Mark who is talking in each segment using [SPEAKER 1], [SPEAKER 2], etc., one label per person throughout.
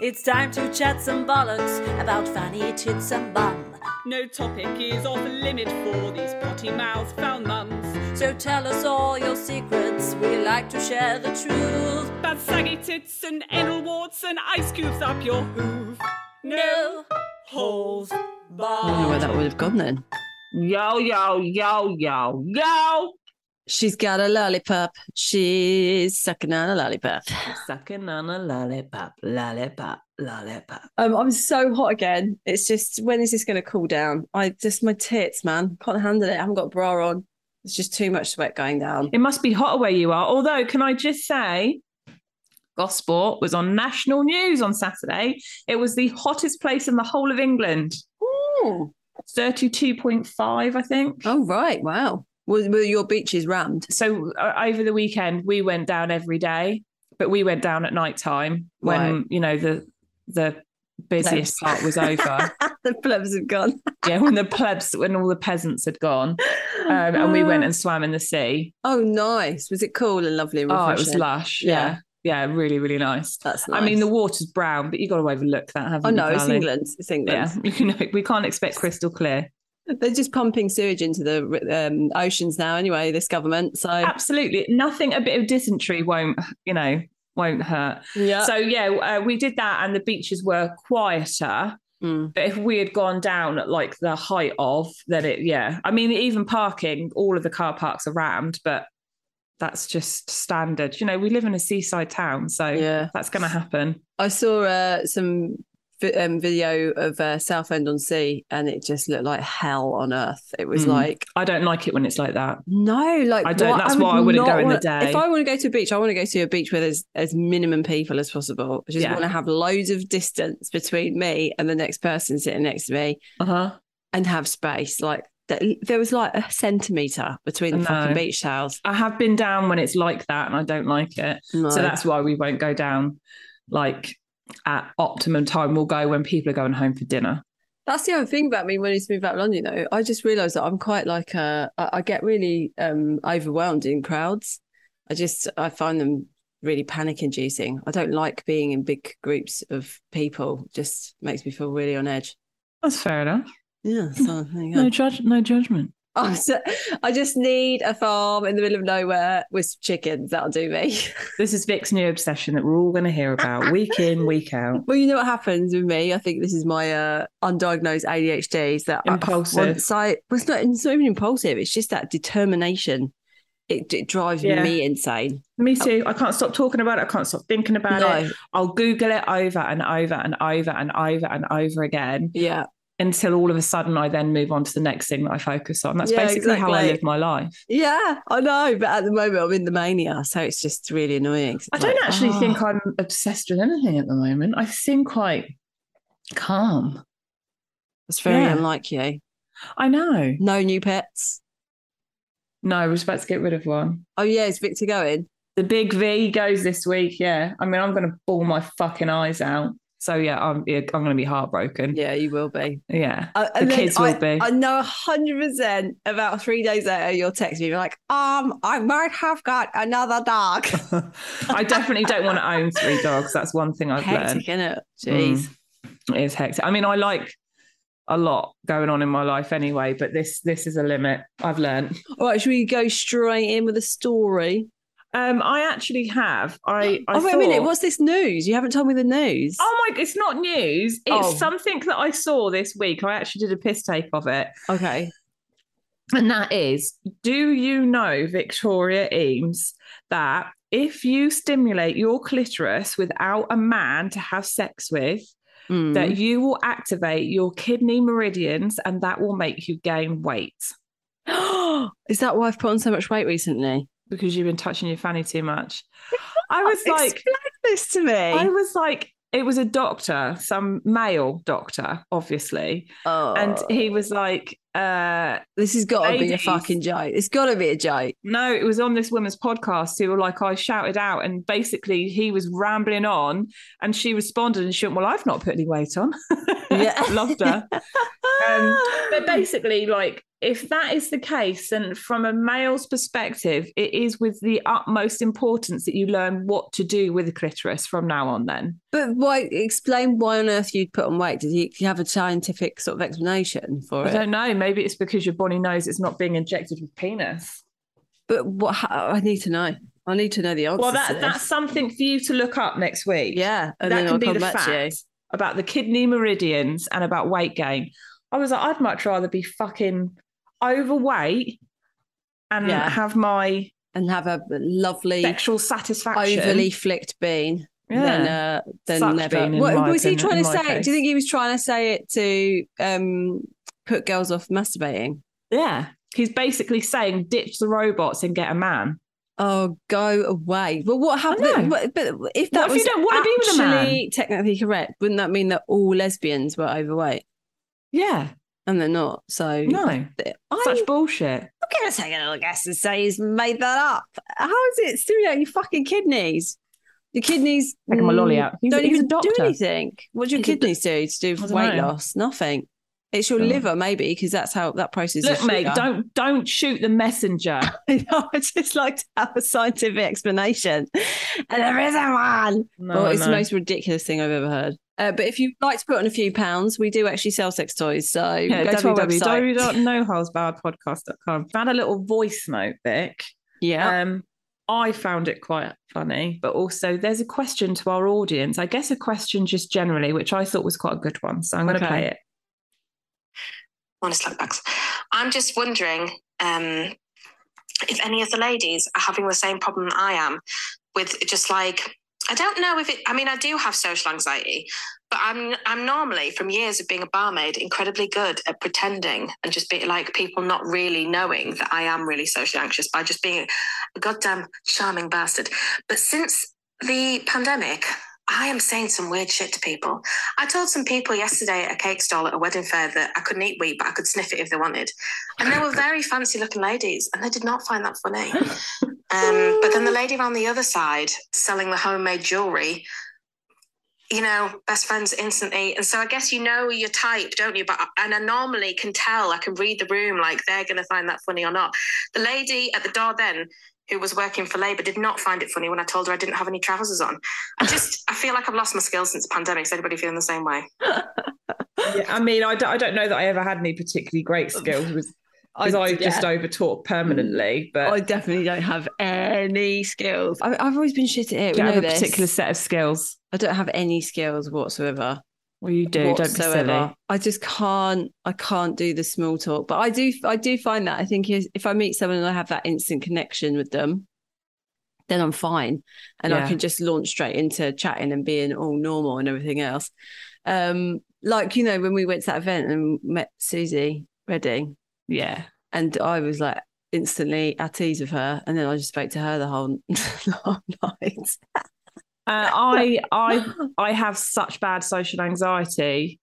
[SPEAKER 1] It's time to chat some bollocks about fanny tits and bum.
[SPEAKER 2] No topic is off limit for these potty mouth foul mums.
[SPEAKER 1] So tell us all your secrets. We like to share the truth.
[SPEAKER 2] Bad saggy tits and anal warts and ice cubes up your hoof.
[SPEAKER 1] No holes
[SPEAKER 3] I don't know where
[SPEAKER 1] barred.
[SPEAKER 3] that would have gone then.
[SPEAKER 2] Yo, yo, yo, yo, yo.
[SPEAKER 3] She's got a lollipop. She's sucking on a lollipop.
[SPEAKER 4] Sucking on a lollipop, lollipop, lollipop.
[SPEAKER 3] Um, I'm so hot again. It's just when is this going to cool down? I just my tits, man, can't handle it. I haven't got a bra on. It's just too much sweat going down.
[SPEAKER 4] It must be hot where you are. Although, can I just say, Gosport was on national news on Saturday. It was the hottest place in the whole of England.
[SPEAKER 3] Ooh.
[SPEAKER 4] 32.5, I think.
[SPEAKER 3] Oh right, wow. Were, were your beaches rammed?
[SPEAKER 4] So uh, over the weekend, we went down every day, but we went down at night time when,
[SPEAKER 3] Right.
[SPEAKER 4] you know, the the busiest
[SPEAKER 3] Plebs.
[SPEAKER 4] part was over.
[SPEAKER 3] the plebs have gone.
[SPEAKER 4] yeah, when the plebs, when all the peasants had gone. Um, and we went and swam in the sea.
[SPEAKER 3] Oh, nice. Was it cool and lovely? And
[SPEAKER 4] Oh, it was
[SPEAKER 3] refreshing?
[SPEAKER 4] lush. Yeah. yeah. really, really nice.
[SPEAKER 3] That's
[SPEAKER 4] I mean, the
[SPEAKER 3] nice.
[SPEAKER 4] water's brown, but you got to overlook that, haven't
[SPEAKER 3] Oh
[SPEAKER 4] you?
[SPEAKER 3] no, it's
[SPEAKER 4] darling?
[SPEAKER 3] England. It's England.
[SPEAKER 4] Yeah, you know, we can't expect crystal clear.
[SPEAKER 3] They're just pumping sewage into the um, oceans now. Anyway, this government. So
[SPEAKER 4] Absolutely, nothing. A bit of dysentery won't, you know, won't hurt.
[SPEAKER 3] yeah.
[SPEAKER 4] So yeah, uh, we did that, and the beaches were quieter.
[SPEAKER 3] Mm.
[SPEAKER 4] But if we had gone down at like the height of, then it, yeah. I mean, even parking, all of the car parks are rammed, but that's just standard. You know, we live in a seaside town, so
[SPEAKER 3] Yeah.
[SPEAKER 4] that's going to happen.
[SPEAKER 3] I saw uh, some vi- um, video of uh, Southend on Sea, and it just looked like hell on earth. It was
[SPEAKER 4] Mm.
[SPEAKER 3] like
[SPEAKER 4] I don't like it when it's like that.
[SPEAKER 3] no, like
[SPEAKER 4] I don't-
[SPEAKER 3] what-
[SPEAKER 4] that's why I wouldn't
[SPEAKER 3] not
[SPEAKER 4] go in the
[SPEAKER 3] wanna-
[SPEAKER 4] day.
[SPEAKER 3] If I want to go to a beach, I want to go to a beach where there's as minimum people as possible. I just
[SPEAKER 4] Yeah.
[SPEAKER 3] want to have loads of distance between me and the next person sitting next to me,
[SPEAKER 4] Uh huh.
[SPEAKER 3] and have space. Like th- there was like a centimeter between the
[SPEAKER 4] No.
[SPEAKER 3] fucking beach towels.
[SPEAKER 4] I have been down when it's like that and I don't like it.
[SPEAKER 3] No.
[SPEAKER 4] So that's why we won't go down like at optimum time. We'll go when people are going home for dinner.
[SPEAKER 3] That's the other thing about me when I used to move out of London, though. I just realised that I'm quite like a, I, I get really um, overwhelmed in crowds. I just, I find them really panic inducing. I don't like being in big groups of people. Just makes me feel really on edge.
[SPEAKER 4] That's fair enough.
[SPEAKER 3] Yeah. So there you go.
[SPEAKER 4] No judge no judgment.
[SPEAKER 3] Oh, so, I just need a farm in the middle of nowhere with some chickens. That'll do me.
[SPEAKER 4] This is Vic's new obsession that we're all gonna hear about week in, week out.
[SPEAKER 3] Well, you know what happens with me. I think this is my uh, undiagnosed ADHD. Is that I-
[SPEAKER 4] Impulsive.
[SPEAKER 3] once I was not it's not even impulsive. It's just that determination. It, it drives
[SPEAKER 4] Yeah.
[SPEAKER 3] me insane.
[SPEAKER 4] Me too. I can't stop talking about it. I can't stop thinking about it.
[SPEAKER 3] No,
[SPEAKER 4] I'll Google it over and over and over and over and over again
[SPEAKER 3] yeah,
[SPEAKER 4] until all of a sudden I then move on to the next thing that I focus on. That's
[SPEAKER 3] Yeah,
[SPEAKER 4] basically how I
[SPEAKER 3] exactly.
[SPEAKER 4] live my life.
[SPEAKER 3] yeah, I know. But at the moment, I'm in the mania, so it's just really annoying.
[SPEAKER 4] I don't
[SPEAKER 3] Like,
[SPEAKER 4] actually
[SPEAKER 3] oh.
[SPEAKER 4] think I'm obsessed with anything at the moment. I seem quite calm.
[SPEAKER 3] That's very
[SPEAKER 4] Yeah.
[SPEAKER 3] unlike you.
[SPEAKER 4] I know.
[SPEAKER 3] No new pets.
[SPEAKER 4] No, I was about to get rid of one.
[SPEAKER 3] Oh yeah, is Victor going?
[SPEAKER 4] The big V goes this week. Yeah. I mean, I'm going to bawl my fucking eyes out. So, yeah, I'm, yeah, I'm going to be heartbroken. Yeah.
[SPEAKER 3] Yeah, you will be.
[SPEAKER 4] yeah.
[SPEAKER 3] Uh,
[SPEAKER 4] The
[SPEAKER 3] and then
[SPEAKER 4] kids will
[SPEAKER 3] I,
[SPEAKER 4] be.
[SPEAKER 3] I know hundred percent. About three days later, you'll text me. You're like, um, I might have got another dog.
[SPEAKER 4] I definitely don't want to own three dogs. That's one thing I've learned.
[SPEAKER 3] Hectic, innit? Jeez.
[SPEAKER 4] Mm, it is hectic. I mean, I like a lot going on in my life anyway, but this this is a limit. I've learned.
[SPEAKER 3] All right, should we go straight in with a story?
[SPEAKER 4] Um, I actually have. I, I
[SPEAKER 3] oh, wait a minute.
[SPEAKER 4] thought-
[SPEAKER 3] What's this news? You haven't told me the news.
[SPEAKER 4] Oh my! It's not news. It's
[SPEAKER 3] Oh.
[SPEAKER 4] something that I saw this week. I actually did a piss take of it,
[SPEAKER 3] Okay.
[SPEAKER 4] and that is: Do you know Victoria Eames that if you stimulate your clitoris without a man to have sex with,
[SPEAKER 3] Mm.
[SPEAKER 4] that you will activate your kidney meridians, and that will make you gain weight
[SPEAKER 3] Hmm. Is that why I've put on so much weight recently?
[SPEAKER 4] because you've been touching your fanny too much? I was like,
[SPEAKER 3] Explain this to me.
[SPEAKER 4] I was like, it was a doctor, some male doctor, obviously.
[SPEAKER 3] Oh,
[SPEAKER 4] And he was like, uh,
[SPEAKER 3] this has got to be a
[SPEAKER 4] ladies.
[SPEAKER 3] fucking joke. It's got to be a joke.
[SPEAKER 4] no, it was on this woman's podcast who were like, I shouted out. And basically, he was rambling on and she responded and she went, Well, I've not put any weight on.
[SPEAKER 3] Yeah.
[SPEAKER 4] Loved her. Um,
[SPEAKER 3] Ah.
[SPEAKER 4] but basically, like, if that is the case, and from a male's perspective, it is with the utmost importance that you learn what to do with a clitoris from now on, then.
[SPEAKER 3] But why? Explain why on earth you'd put on weight. Did you, you have a scientific sort of explanation for
[SPEAKER 4] I
[SPEAKER 3] it?
[SPEAKER 4] don't know. Maybe it's because your body knows it's not being injected with penis.
[SPEAKER 3] But what? How, I need to know. I need to know the answer.
[SPEAKER 4] Well, that, that's something for you to look up next week.
[SPEAKER 3] yeah. And
[SPEAKER 4] that
[SPEAKER 3] then
[SPEAKER 4] can
[SPEAKER 3] I'll
[SPEAKER 4] be
[SPEAKER 3] come
[SPEAKER 4] the
[SPEAKER 3] back
[SPEAKER 4] fact
[SPEAKER 3] to you.
[SPEAKER 4] about the kidney meridians and about weight gain. I was like, I'd much rather be fucking overweight and
[SPEAKER 3] Yeah.
[SPEAKER 4] have my
[SPEAKER 3] and have a lovely
[SPEAKER 4] sexual satisfaction.
[SPEAKER 3] overly flicked bean
[SPEAKER 4] Yeah.
[SPEAKER 3] than uh, than
[SPEAKER 4] Sucked
[SPEAKER 3] never.
[SPEAKER 4] bean, in
[SPEAKER 3] What,
[SPEAKER 4] my
[SPEAKER 3] was he
[SPEAKER 4] opinion-
[SPEAKER 3] trying
[SPEAKER 4] in
[SPEAKER 3] to
[SPEAKER 4] my
[SPEAKER 3] say?
[SPEAKER 4] case.
[SPEAKER 3] Do you think he was trying to say it to um, put girls off masturbating?
[SPEAKER 4] yeah. He's basically saying ditch the robots and get a man.
[SPEAKER 3] Oh, go away! Well, what
[SPEAKER 4] know.
[SPEAKER 3] happened? But, but if that
[SPEAKER 4] What if you
[SPEAKER 3] was
[SPEAKER 4] don't wanna be with a man?
[SPEAKER 3] actually technically correct, wouldn't that mean that all lesbians were overweight?
[SPEAKER 4] Yeah.
[SPEAKER 3] And they're not. So
[SPEAKER 4] No.
[SPEAKER 3] I'm
[SPEAKER 4] Such bullshit.
[SPEAKER 3] gonna take a little guess and say he's made that up. How is it stimulating your fucking kidneys? Your kidneys
[SPEAKER 4] Taking my lolly
[SPEAKER 3] mm,
[SPEAKER 4] out. He's-
[SPEAKER 3] don't
[SPEAKER 4] he's a
[SPEAKER 3] even do
[SPEAKER 4] doctor.
[SPEAKER 3] anything. What do your
[SPEAKER 4] He's a
[SPEAKER 3] kidneys do to do
[SPEAKER 4] I
[SPEAKER 3] with
[SPEAKER 4] don't
[SPEAKER 3] weight
[SPEAKER 4] know.
[SPEAKER 3] loss? Nothing. It's your
[SPEAKER 4] Oh.
[SPEAKER 3] liver, maybe, because that's how that process.
[SPEAKER 4] Look,
[SPEAKER 3] is
[SPEAKER 4] mate,
[SPEAKER 3] sugar.
[SPEAKER 4] don't don't shoot the messenger.
[SPEAKER 3] I know. I just like to have a scientific explanation, and there isn't one.
[SPEAKER 4] No,
[SPEAKER 3] well, it's
[SPEAKER 4] no.
[SPEAKER 3] the most ridiculous thing I've ever heard. Uh, but if you'd like to put on a few pounds, we do actually sell sex toys. So
[SPEAKER 4] yeah,
[SPEAKER 3] go to our website.
[SPEAKER 4] www.noholesbarredpodcast.com. Found a little voice note, Vic.
[SPEAKER 3] Yeah.
[SPEAKER 4] Um, I found it quite funny, but also there's a question to our audience. I guess a question just generally, which I thought was quite a good one. So I'm going to
[SPEAKER 3] Okay.
[SPEAKER 4] play it.
[SPEAKER 5] on a slug box. I'm just wondering um, if any of the ladies are having the same problem that I am with just like I don't know if it. I mean, I do have social anxiety, but I'm I'm normally from years of being a barmaid incredibly good at pretending and just be like people not really knowing that I am really socially anxious by just being a goddamn charming bastard. But since the pandemic. I am saying some weird shit to people. I told some people yesterday at a cake stall at a wedding fair that I couldn't eat wheat, but I could sniff it if they wanted. And they were very fancy looking ladies, and they did not find that funny. Um, but then the lady around the other side selling the homemade jewelry, you know, best friends instantly. And so I guess you know your type, don't you? But and I normally can tell, I can read the room, like they're going to find that funny or not. The lady at the door then. Who was working for Labour did not find it funny when I told her I didn't have any trousers on. I just, I feel like I've lost my skills since the pandemic. Is anybody feeling the same way?
[SPEAKER 4] I mean, I don't, I don't know that I ever had any particularly great skills because I, just
[SPEAKER 3] yeah.
[SPEAKER 4] over talk permanently, but
[SPEAKER 3] I
[SPEAKER 4] I
[SPEAKER 3] definitely don't have any skills. I, I've always been shit at it. We
[SPEAKER 4] don't
[SPEAKER 3] know
[SPEAKER 4] have a
[SPEAKER 3] this.
[SPEAKER 4] particular set of skills.
[SPEAKER 3] I don't have any skills whatsoever.
[SPEAKER 4] Well, you do. Don't be silly.
[SPEAKER 3] whatsoever. I just can't. I can't do the small talk. But I do. I do find that. I think if if I meet someone and I have that instant connection with them, then I'm fine, and
[SPEAKER 4] Yeah.
[SPEAKER 3] I can just launch straight into chatting and being all normal and everything else. Um, like you know when we went to that event and met Susie Redding,
[SPEAKER 4] Yeah.
[SPEAKER 3] and I was like instantly at ease with her, and then I just spoke to her the whole night.
[SPEAKER 4] Uh, I I I have such bad social anxiety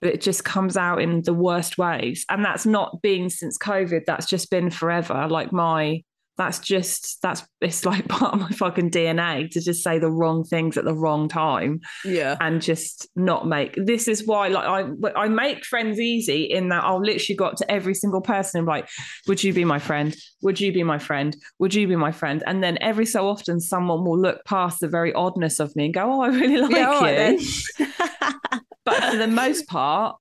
[SPEAKER 4] that it just comes out in the worst ways. And that's not been since COVID. That's just been forever. Like my that's just that's it's like part of my fucking DNA to just say the wrong things at the wrong time
[SPEAKER 3] yeah.
[SPEAKER 4] and just not make this is why like I I make friends easy in that I'll literally got to every single person and be like would you be my friend would you be my friend would you be my friend and then every so often someone will look past the very oddness of me and go oh I really like
[SPEAKER 3] yeah, all
[SPEAKER 4] you
[SPEAKER 3] right then.
[SPEAKER 4] but for the most part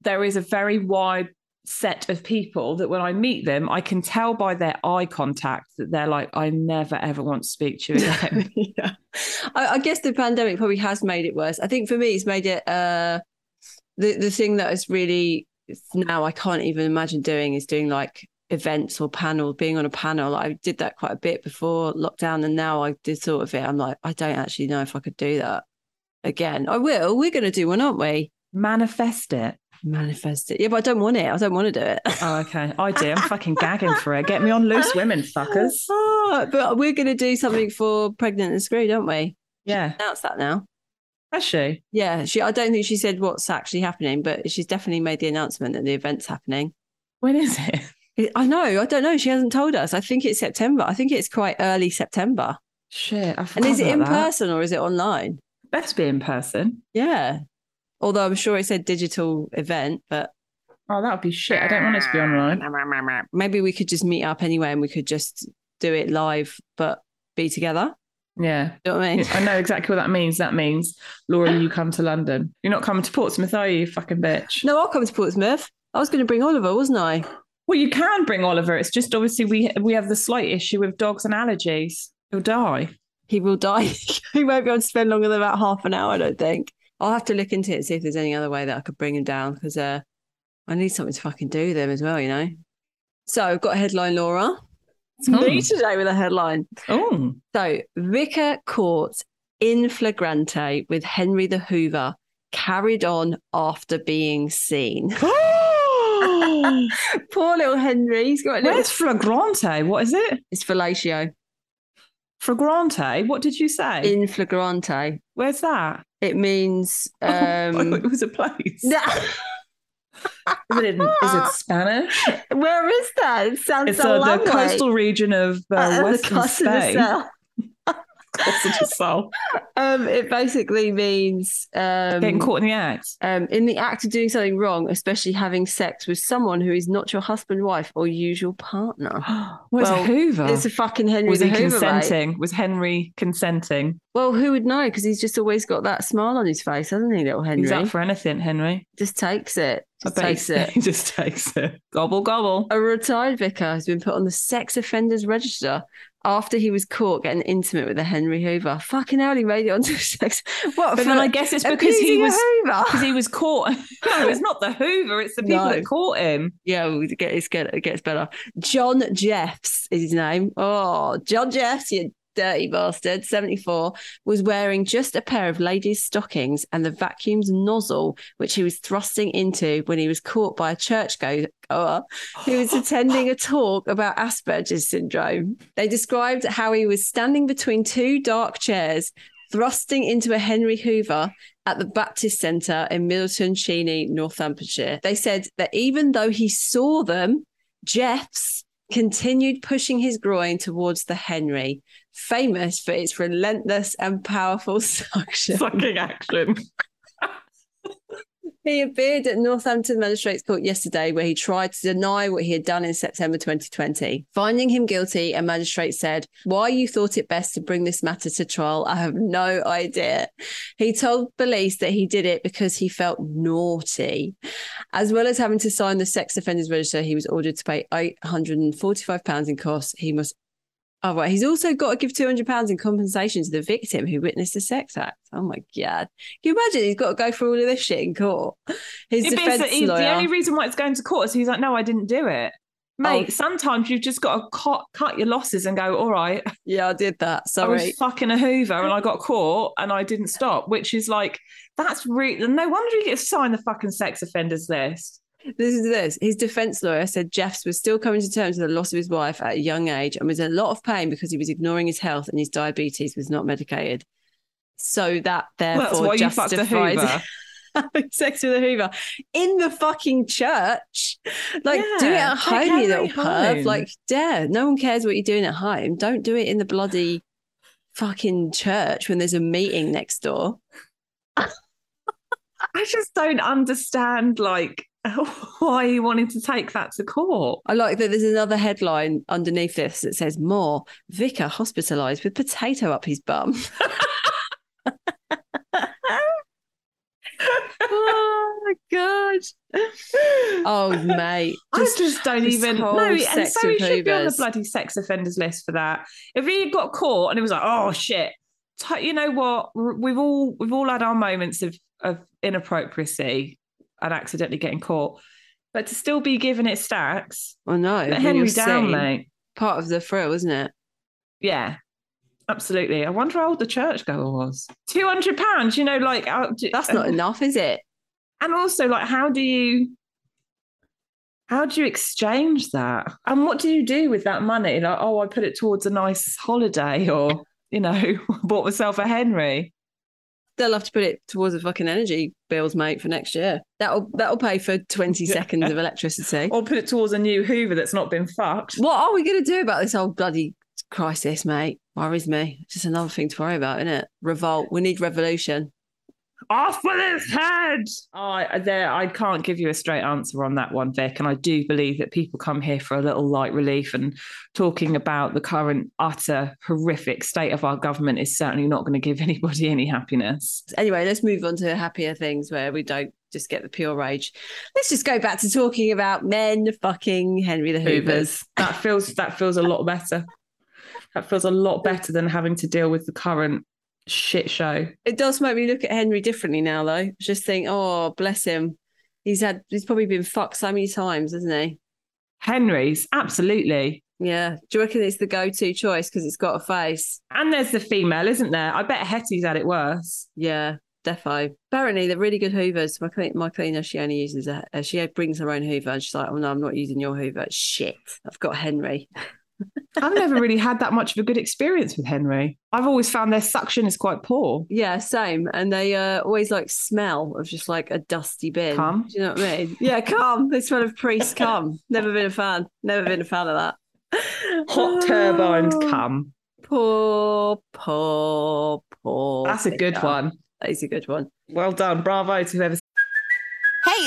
[SPEAKER 4] there is a very wide set of people that when I meet them I can tell by their eye contact that they're like I never ever want to speak to you again
[SPEAKER 3] yeah. I, I guess the pandemic probably has made it worse. I think for me, it's made it uh, the the thing that is really now I can't even imagine doing is doing like events or panels, being on a panel. I did that quite a bit before lockdown, and now I did sort of it. I'm like, I don't actually know if I could do that again. I will. We're going to do one, aren't we?
[SPEAKER 4] manifest it
[SPEAKER 3] Manifest it. Yeah, but I don't want it. I don't want to do it.
[SPEAKER 4] Oh, okay. I do. I'm fucking gagging for it. Get me on loose women, fuckers.
[SPEAKER 3] Ah, but we're going to do something for pregnant and screwed, aren't we?
[SPEAKER 4] Yeah.
[SPEAKER 3] Announce that now.
[SPEAKER 4] Has she?
[SPEAKER 3] Yeah, she. I don't think she said what's actually happening, but she's definitely made the announcement that the event's happening.
[SPEAKER 4] When is it?
[SPEAKER 3] I- I know. I don't know. She hasn't told us. I think it's September. I think it's quite early September.
[SPEAKER 4] Shit. I
[SPEAKER 3] And
[SPEAKER 4] forgot
[SPEAKER 3] is it
[SPEAKER 4] about
[SPEAKER 3] in
[SPEAKER 4] that.
[SPEAKER 3] person or is it online?
[SPEAKER 4] Best be in person.
[SPEAKER 3] Yeah. Although I'm sure it said digital event, but
[SPEAKER 4] Oh, that would be shit. I don't want it to be online.
[SPEAKER 3] maybe we could just meet up anyway and we could just do it live, but be together.
[SPEAKER 4] Yeah.
[SPEAKER 3] Do you know what I mean?
[SPEAKER 4] I know exactly what that means. That means, Laura, you come to London. You're not coming to Portsmouth, are you, you fucking bitch?
[SPEAKER 3] No, I'll come to Portsmouth. I was going to bring Oliver, wasn't I?
[SPEAKER 4] Well, you can bring Oliver. It's just obviously we we have the slight issue with dogs and allergies. He'll die.
[SPEAKER 3] He will die. he won't be able to spend longer than about half an hour, I don't think. I'll have to look into it and see if there's any other way that I could bring him down because uh, I need something to fucking do with him as well, you know? So I've got a headline, Laura. It's me
[SPEAKER 4] Hmm.
[SPEAKER 3] today with a headline.
[SPEAKER 4] Oh,
[SPEAKER 3] So, Vicar caught in flagrante with Henry the Hoover carried on after being seen. Poor little Henry. He's got a little.
[SPEAKER 4] Oh. where's flagrante? What is it?
[SPEAKER 3] It's fellatio.
[SPEAKER 4] Flagrante? What did you say?
[SPEAKER 3] In flagrante.
[SPEAKER 4] Where's that?
[SPEAKER 3] It means.
[SPEAKER 4] I thought
[SPEAKER 3] Um...
[SPEAKER 4] it was a place. Is, it in, is it Spanish?
[SPEAKER 3] Where is that? It sounds
[SPEAKER 4] It's
[SPEAKER 3] so
[SPEAKER 4] uh, the
[SPEAKER 3] lovely.
[SPEAKER 4] coastal region of uh,
[SPEAKER 3] Uh, the
[SPEAKER 4] Western
[SPEAKER 3] cost of the
[SPEAKER 4] Spain.
[SPEAKER 3] cell.
[SPEAKER 4] Costa del Sol.
[SPEAKER 3] Um, it basically means um,
[SPEAKER 4] Getting caught in the act.
[SPEAKER 3] um, in the act of doing something wrong, especially having sex with someone who is not your husband, wife, or usual partner.
[SPEAKER 4] Where's
[SPEAKER 3] Well,
[SPEAKER 4] Hoover?
[SPEAKER 3] It's a fucking Henry
[SPEAKER 4] Oh, was
[SPEAKER 3] the
[SPEAKER 4] he
[SPEAKER 3] Hoover, mate.
[SPEAKER 4] consenting? Was Henry consenting?
[SPEAKER 3] Well, who would know? Because he's just always got that smile on his face, hasn't he, little Henry?
[SPEAKER 4] He's up for anything, Henry.
[SPEAKER 3] Just takes it. Just
[SPEAKER 4] I bet
[SPEAKER 3] takes
[SPEAKER 4] he,
[SPEAKER 3] it.
[SPEAKER 4] he just takes it. Gobble gobble.
[SPEAKER 3] A retired vicar has been put on the sex offenders register after he was caught getting intimate with a Henry Hoover. Fucking hell, he made it onto sex. What?
[SPEAKER 4] But
[SPEAKER 3] for
[SPEAKER 4] then I guess it's because
[SPEAKER 3] abusing
[SPEAKER 4] he
[SPEAKER 3] a
[SPEAKER 4] was
[SPEAKER 3] Hoover.
[SPEAKER 4] because he was caught. No, it's not the Hoover. It's the people
[SPEAKER 3] No.
[SPEAKER 4] that caught him.
[SPEAKER 3] Yeah, well, it gets, get- it gets better. John Jeffs is his name. Oh, John Jeffs, you dirty bastard. 74 was wearing just a pair of ladies' stockings and the vacuum's nozzle, which he was thrusting into when he was caught by a churchgoer who was attending a talk about Asperger's syndrome. They described how he was standing between two dark chairs, thrusting into a Henry Hoover at the Baptist Centre in Middleton Cheney, Northamptonshire. They said that even though he saw them, Jeffs continued pushing his groin towards the Henry, famous for its relentless and powerful suction.
[SPEAKER 4] Fucking action.
[SPEAKER 3] He appeared at Northampton Magistrates Court yesterday where he tried to deny what he had done in September 2020. Finding him guilty, a magistrate said, Why you thought it best to bring this matter to trial, I have no idea. He told police that he did it because he felt naughty. As well as having to sign the sex offenders register, he was ordered to pay £845 in costs. He must. Oh, right. He's also got to give £200 in compensation to the victim who witnessed the sex act. Oh, my God. Can you imagine? He's got to go through all of this shit in court. His
[SPEAKER 4] It'd be-
[SPEAKER 3] defense
[SPEAKER 4] he-
[SPEAKER 3] lawyer.
[SPEAKER 4] the only reason why it's going to court is he's like, no, I didn't do it. Mate,
[SPEAKER 3] Oh.
[SPEAKER 4] sometimes you've just got to cut, cut your losses and go, all right,
[SPEAKER 3] Yeah, I did that.
[SPEAKER 4] I
[SPEAKER 3] Sorry.
[SPEAKER 4] was fucking a Hoover and I got caught and I didn't stop, which is like, that's really, no wonder he gets signed the fucking sex offenders list.
[SPEAKER 3] This is this. His defense lawyer said Jeffs was still coming to terms with the loss of his wife at a young age and was in a lot of pain because he was ignoring his health and his diabetes was not medicated. So that
[SPEAKER 4] Well,
[SPEAKER 3] therefore
[SPEAKER 4] that's why you fucked a
[SPEAKER 3] justifies
[SPEAKER 4] Hoover.
[SPEAKER 3] having sex with a Hoover in the fucking church. Like, do it
[SPEAKER 4] Yeah,
[SPEAKER 3] at
[SPEAKER 4] take
[SPEAKER 3] home, you
[SPEAKER 4] Henry
[SPEAKER 3] little perv.
[SPEAKER 4] home.
[SPEAKER 3] Like, dare. No one cares what you're doing at home. Don't do it in the bloody fucking church when there's a meeting next door.
[SPEAKER 4] I just don't understand, like, why he wanted to take that to court.
[SPEAKER 3] I like that there's another headline underneath this that says more vicar hospitalized with potato up his bum. oh god. Oh mate.
[SPEAKER 4] I just don't
[SPEAKER 3] this
[SPEAKER 4] even
[SPEAKER 3] whole
[SPEAKER 4] know. And
[SPEAKER 3] sex
[SPEAKER 4] so he should be on the
[SPEAKER 3] offenders.
[SPEAKER 4] bloody sex offenders list for that. If he had got caught and it was like, oh shit, T- you know what? R- We've all we've all had our moments of of inappropriacy and accidentally getting caught, but to still be given it stacks,
[SPEAKER 3] I know.
[SPEAKER 4] let
[SPEAKER 3] when
[SPEAKER 4] Henry
[SPEAKER 3] you're
[SPEAKER 4] down,
[SPEAKER 3] seen.
[SPEAKER 4] mate.
[SPEAKER 3] Part of the thrill, isn't it?
[SPEAKER 4] Yeah. Absolutely. I wonder how old the churchgoer was. Two hundred pounds. You know, like uh, d-
[SPEAKER 3] That's not enough, is it?
[SPEAKER 4] and also like how do you how do you exchange that and what do you do with that money like oh i put it towards a nice holiday or you know bought myself a henry
[SPEAKER 3] they'll have to put it towards the fucking energy bills, mate, for next year. That'll that'll pay for twenty seconds of electricity.
[SPEAKER 4] Or put it towards a new Hoover that's not been fucked.
[SPEAKER 3] What are we going to do about this whole bloody crisis, mate? Worries me. It's just another thing to worry about, isn't it? Revolt. We need revolution.
[SPEAKER 4] Off with his head! I there, I can't give you a straight answer on that one, Vic. And I do believe that people come here for a little light relief. And talking about the current utter horrific state of our government is certainly not going to give anybody any happiness.
[SPEAKER 3] Anyway, let's move on to happier things where we don't just get the pure rage. Let's just go back to talking about men fucking Henry the Hoovers.
[SPEAKER 4] Hoovers. That feels that feels a lot better. That feels a lot better than having to deal with the current shit show.
[SPEAKER 3] It does make me look at Henry differently now, though. Just think, oh, bless him. He's had he's probably been fucked so many times, hasn't he?
[SPEAKER 4] Henry's, absolutely.
[SPEAKER 3] Yeah. Do you reckon it's the go-to choice because it's got a face?
[SPEAKER 4] And there's the female, isn't there? I bet Hetty's had it worse.
[SPEAKER 3] Yeah, defo. Apparently, they're really good hoovers. My clean, my cleaner, she only uses a, uh, she brings her own hoover, and she's like, oh no, I'm not using your hoover. Shit, I've got Henry.
[SPEAKER 4] I've never really had that much of a good experience with Henry. I've always found their suction is quite poor.
[SPEAKER 3] Yeah, same. And they uh, always like smell of just like a dusty bin.
[SPEAKER 4] Cum?
[SPEAKER 3] Do you know what I mean? Yeah, cum. They smell of priest cum. Never been a fan. Never been a fan of that. Oh,
[SPEAKER 4] Hot turbine cum.
[SPEAKER 3] Poor, poor, poor.
[SPEAKER 4] That's a good
[SPEAKER 3] thing.
[SPEAKER 4] one.
[SPEAKER 3] That is a good one.
[SPEAKER 4] Well done. Bravo to whoever
[SPEAKER 6] Hey,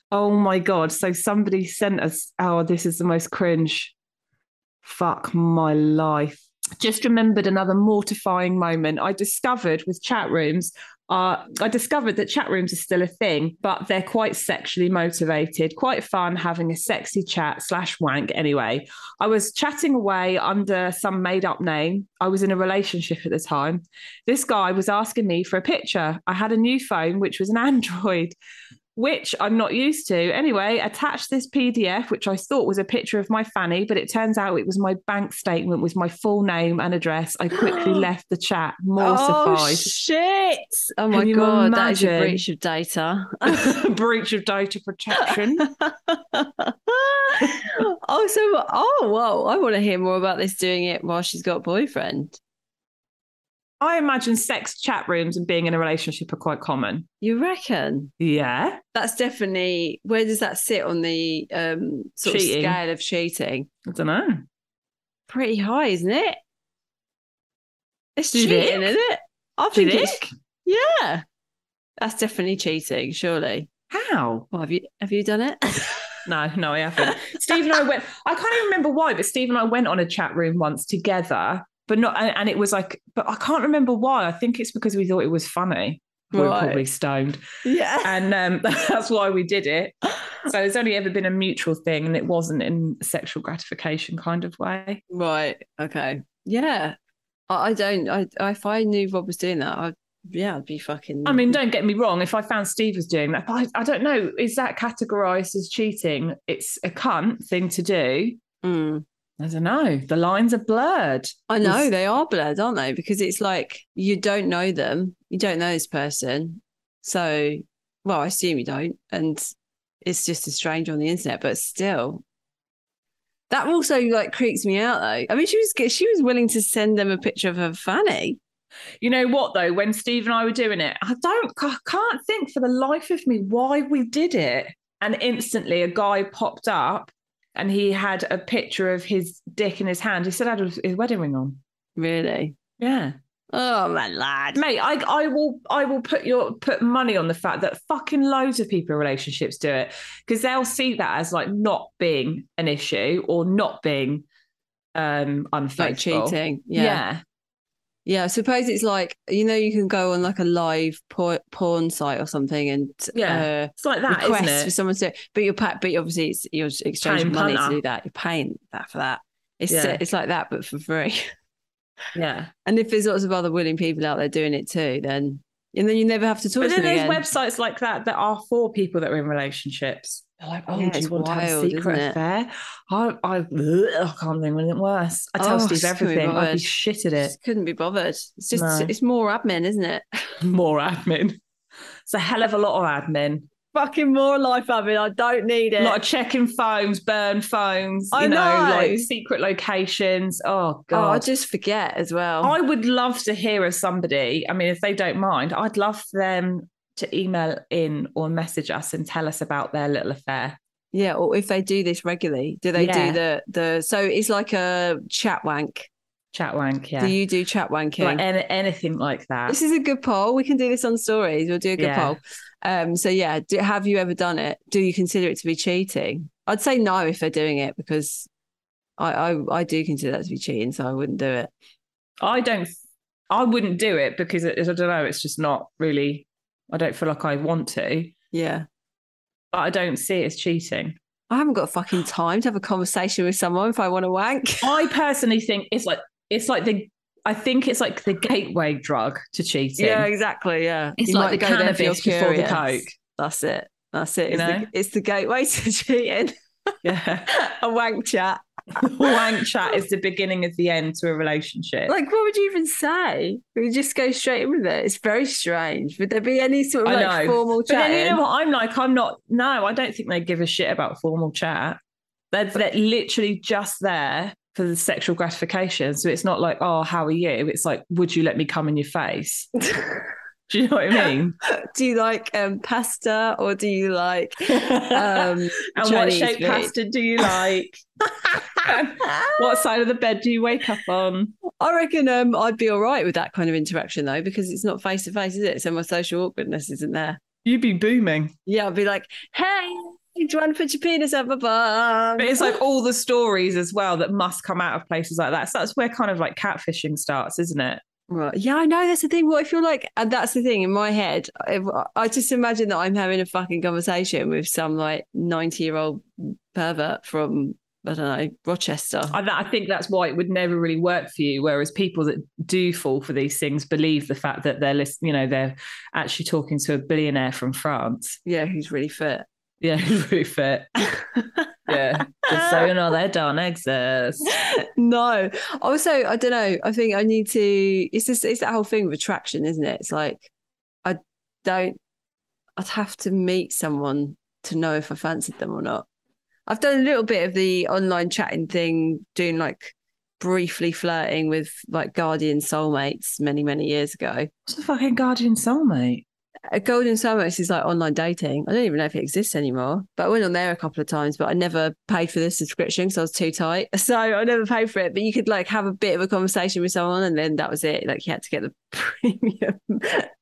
[SPEAKER 4] Oh my God. So somebody sent us, oh, this is the most cringe. Fuck my life. Just remembered another mortifying moment. I discovered with chat rooms, uh, I discovered that chat rooms are still a thing, but they're quite sexually motivated, quite fun having a sexy chat slash wank anyway. I was chatting away under some made up name. I was in a relationship at the time. This guy was asking me for a picture. I had a new phone, which was an Android which I'm not used to. Anyway, attached this PDF, which I thought was a picture of my fanny, but it turns out it was my bank statement with my full name and address. I quickly left the chat
[SPEAKER 3] Oh
[SPEAKER 4] mortified.
[SPEAKER 3] shit! Oh my
[SPEAKER 4] Can you
[SPEAKER 3] god, that is a
[SPEAKER 4] imagine?
[SPEAKER 3] breach of data.
[SPEAKER 4] Breach of data protection.
[SPEAKER 3] oh, so oh wow! I want to hear more about this. Doing it while she's got boyfriend.
[SPEAKER 4] I imagine sex chat rooms and being in a relationship are quite common.
[SPEAKER 3] You reckon?
[SPEAKER 4] Yeah.
[SPEAKER 3] That's definitely where does that sit on the um sort
[SPEAKER 4] Cheating.
[SPEAKER 3] of scale of cheating?
[SPEAKER 4] I don't know.
[SPEAKER 3] Pretty high, isn't it? It's
[SPEAKER 4] Do you
[SPEAKER 3] cheating,
[SPEAKER 4] think?
[SPEAKER 3] isn't it? I
[SPEAKER 4] Do you
[SPEAKER 3] think it's,
[SPEAKER 4] think?
[SPEAKER 3] yeah. That's definitely cheating, surely.
[SPEAKER 4] How?
[SPEAKER 3] Well, have you have you done it?
[SPEAKER 4] No, no, I haven't. Steve and I went. I can't even remember why, but Steve and I went on a chat room once together, but not. And, and it was like, but I can't remember why. I think it's because we thought it was funny. We were
[SPEAKER 3] Right.
[SPEAKER 4] probably stoned,
[SPEAKER 3] yeah.
[SPEAKER 4] and um, that's why we did it. So it's only ever been a mutual thing, and it wasn't in a sexual gratification kind of way.
[SPEAKER 3] Right. Okay. Yeah. I, I don't. I I- if I knew Rob was doing that, I yeah, I'd be fucking.
[SPEAKER 4] I mean, don't get me wrong. If I found Steve was doing that, but I, I don't know. Is that categorised as cheating? It's a cunt thing to do.
[SPEAKER 3] Mm.
[SPEAKER 4] I don't know. The lines are blurred.
[SPEAKER 3] I know
[SPEAKER 4] Yes.
[SPEAKER 3] they are blurred, aren't they? Because it's like you don't know them, you don't know this person, so well, I assume you don't, and it's just a stranger on the internet. But still, that also like creeps me out though. I mean, she was she was willing to send them a picture of her fanny.
[SPEAKER 4] You know what though? When Steve and I were doing it, I don't, I can't think for the life of me why we did it. And instantly, a guy popped up, and he had a picture of his dick in his hand. He said, "I had his wedding ring on."
[SPEAKER 3] Really?
[SPEAKER 4] Yeah,
[SPEAKER 3] Oh my lad.
[SPEAKER 4] mate. I, I will, I will put your put money on the fact that fucking loads of people in relationships do it because they'll see that as like not being an issue or not being um
[SPEAKER 3] Like
[SPEAKER 4] unfaithful.
[SPEAKER 3] cheating.
[SPEAKER 4] yeah.
[SPEAKER 3] Yeah, I suppose it's like you know you can go on like a live por- porn site or something and
[SPEAKER 4] Yeah. It's like
[SPEAKER 3] uh,
[SPEAKER 4] that,
[SPEAKER 3] request
[SPEAKER 4] not it?
[SPEAKER 3] for someone to. But you're pa- but obviously it's you're exchanging
[SPEAKER 4] Paying
[SPEAKER 3] money to
[SPEAKER 4] punter.
[SPEAKER 3] do that. You're paying that for that. It's
[SPEAKER 4] Yeah.
[SPEAKER 3] it's like that but for free.
[SPEAKER 4] yeah.
[SPEAKER 3] And if there's lots of other willing people out there doing it too, then and then you never have to talk
[SPEAKER 4] But
[SPEAKER 3] to
[SPEAKER 4] then
[SPEAKER 3] them
[SPEAKER 4] there's
[SPEAKER 3] again.
[SPEAKER 4] websites like that that are for people that are in relationships. They're like, oh,
[SPEAKER 3] Yeah,
[SPEAKER 4] do
[SPEAKER 3] it's
[SPEAKER 4] you want to have a
[SPEAKER 3] wild, isn't
[SPEAKER 4] secret
[SPEAKER 3] it?
[SPEAKER 4] affair? I, I, ugh, I can't think of anything worse. I tell
[SPEAKER 3] Oh,
[SPEAKER 4] Steve
[SPEAKER 3] just couldn't be
[SPEAKER 4] everything. I'd be
[SPEAKER 3] bothered.
[SPEAKER 4] shit at it.
[SPEAKER 3] Just couldn't be bothered. It's just
[SPEAKER 4] No.
[SPEAKER 3] it's more admin, isn't it?
[SPEAKER 4] More admin. It's a hell of a lot of admin.
[SPEAKER 1] Fucking more life admin. I don't need
[SPEAKER 4] A lot of checking phones, burn phones, you
[SPEAKER 1] I
[SPEAKER 4] know,
[SPEAKER 1] know.
[SPEAKER 4] like secret locations. Oh
[SPEAKER 3] Oh, I
[SPEAKER 4] god.
[SPEAKER 3] just forget as well.
[SPEAKER 4] I would love to hear of somebody. I mean, if they don't mind, I'd love them to email in or message us and tell us about their little affair.
[SPEAKER 3] yeah, or if they do this regularly, do they
[SPEAKER 4] Yeah.
[SPEAKER 3] do the the? So it's like a chat wank.
[SPEAKER 4] Chat wank, yeah.
[SPEAKER 3] Do you do chat wanking?
[SPEAKER 4] Like any, anything like that.
[SPEAKER 3] this is a good poll. We can do this on stories. We'll do a good
[SPEAKER 4] Yeah.
[SPEAKER 3] poll. Um, so yeah, do, have you ever done it? Do you consider it to be cheating? I'd say no if they're doing it because I I, I do consider that to be cheating, so I wouldn't do it.
[SPEAKER 4] I don't, I wouldn't do it because it, I don't know. It's just not really. I don't feel like I want to,
[SPEAKER 3] Yeah.
[SPEAKER 4] but I don't see it as cheating.
[SPEAKER 3] I haven't got fucking time to have a conversation with someone if I want to wank.
[SPEAKER 4] I personally think it's like it's like the. I think it's like the gateway drug to cheating.
[SPEAKER 3] Yeah, exactly. Yeah.
[SPEAKER 4] It's
[SPEAKER 3] You
[SPEAKER 4] like
[SPEAKER 3] might
[SPEAKER 4] the
[SPEAKER 3] go there if
[SPEAKER 4] cannabis
[SPEAKER 3] you're
[SPEAKER 4] before the
[SPEAKER 3] curious.
[SPEAKER 4] coke.
[SPEAKER 3] That's it. That's it.
[SPEAKER 4] You
[SPEAKER 3] It's,
[SPEAKER 4] know?
[SPEAKER 3] the, it's the gateway to cheating.
[SPEAKER 4] Yeah.
[SPEAKER 3] a wank chat.
[SPEAKER 4] Wank chat is the beginning of the end to a relationship.
[SPEAKER 3] Like, what would you even say? We just go straight in with it. It's very strange. Would there be any sort of
[SPEAKER 4] I
[SPEAKER 3] like
[SPEAKER 4] know.
[SPEAKER 3] formal
[SPEAKER 4] but then you
[SPEAKER 3] chat?
[SPEAKER 4] know what I'm like? I'm not. No, I don't think they give a shit about formal chat. They're, they're literally just there for the sexual gratification. So it's not like, oh, how are you? It's like, would you let me come in your face? Do you know what I mean?
[SPEAKER 3] do you like um, pasta or do you like um,
[SPEAKER 4] and what
[SPEAKER 3] Chinese
[SPEAKER 4] shape
[SPEAKER 3] food?
[SPEAKER 4] pasta do you like? what side of the bed do you wake up on?
[SPEAKER 3] I reckon um, I'd be all right with that kind of interaction though, because it's not face to face, is it? So my social awkwardness isn't there.
[SPEAKER 4] You'd be booming.
[SPEAKER 3] Yeah, I'd be like, hey, do you want to put your penis up my bum?
[SPEAKER 4] But it's like all the stories as well that must come out of places like that. So that's where kind of like catfishing starts, isn't it?
[SPEAKER 3] Right. Yeah, I know. That's the thing. What if you're like, and that's the thing in my head. If, I just imagine that I'm having a fucking conversation with some like 90 year old pervert from, I don't know, Rochester.
[SPEAKER 4] I, I think that's why it would never really work for you. Whereas people that do fall for these things believe the fact that they're listening, you know, they're actually talking to a billionaire from France.
[SPEAKER 3] yeah, who's really fit.
[SPEAKER 4] Yeah, really fit. Yeah. Just so you know, they don't exist.
[SPEAKER 3] no. Also, I don't know. I think I need to. It's just, it's that whole thing with attraction, isn't it? It's like, I don't, I'd have to meet someone to know if I fancied them or not. I've done a little bit of the online chatting thing, doing like briefly flirting with like guardian soulmates many, many years ago.
[SPEAKER 4] What's the fucking guardian soulmate?
[SPEAKER 3] A golden soulmates is like online dating. I don't even know if it exists anymore, but I went on there a couple of times, but I never paid for the subscription because I was too tight. So I never paid for it. But you could like have a bit of a conversation with someone and then that was it. Like you had to get the premium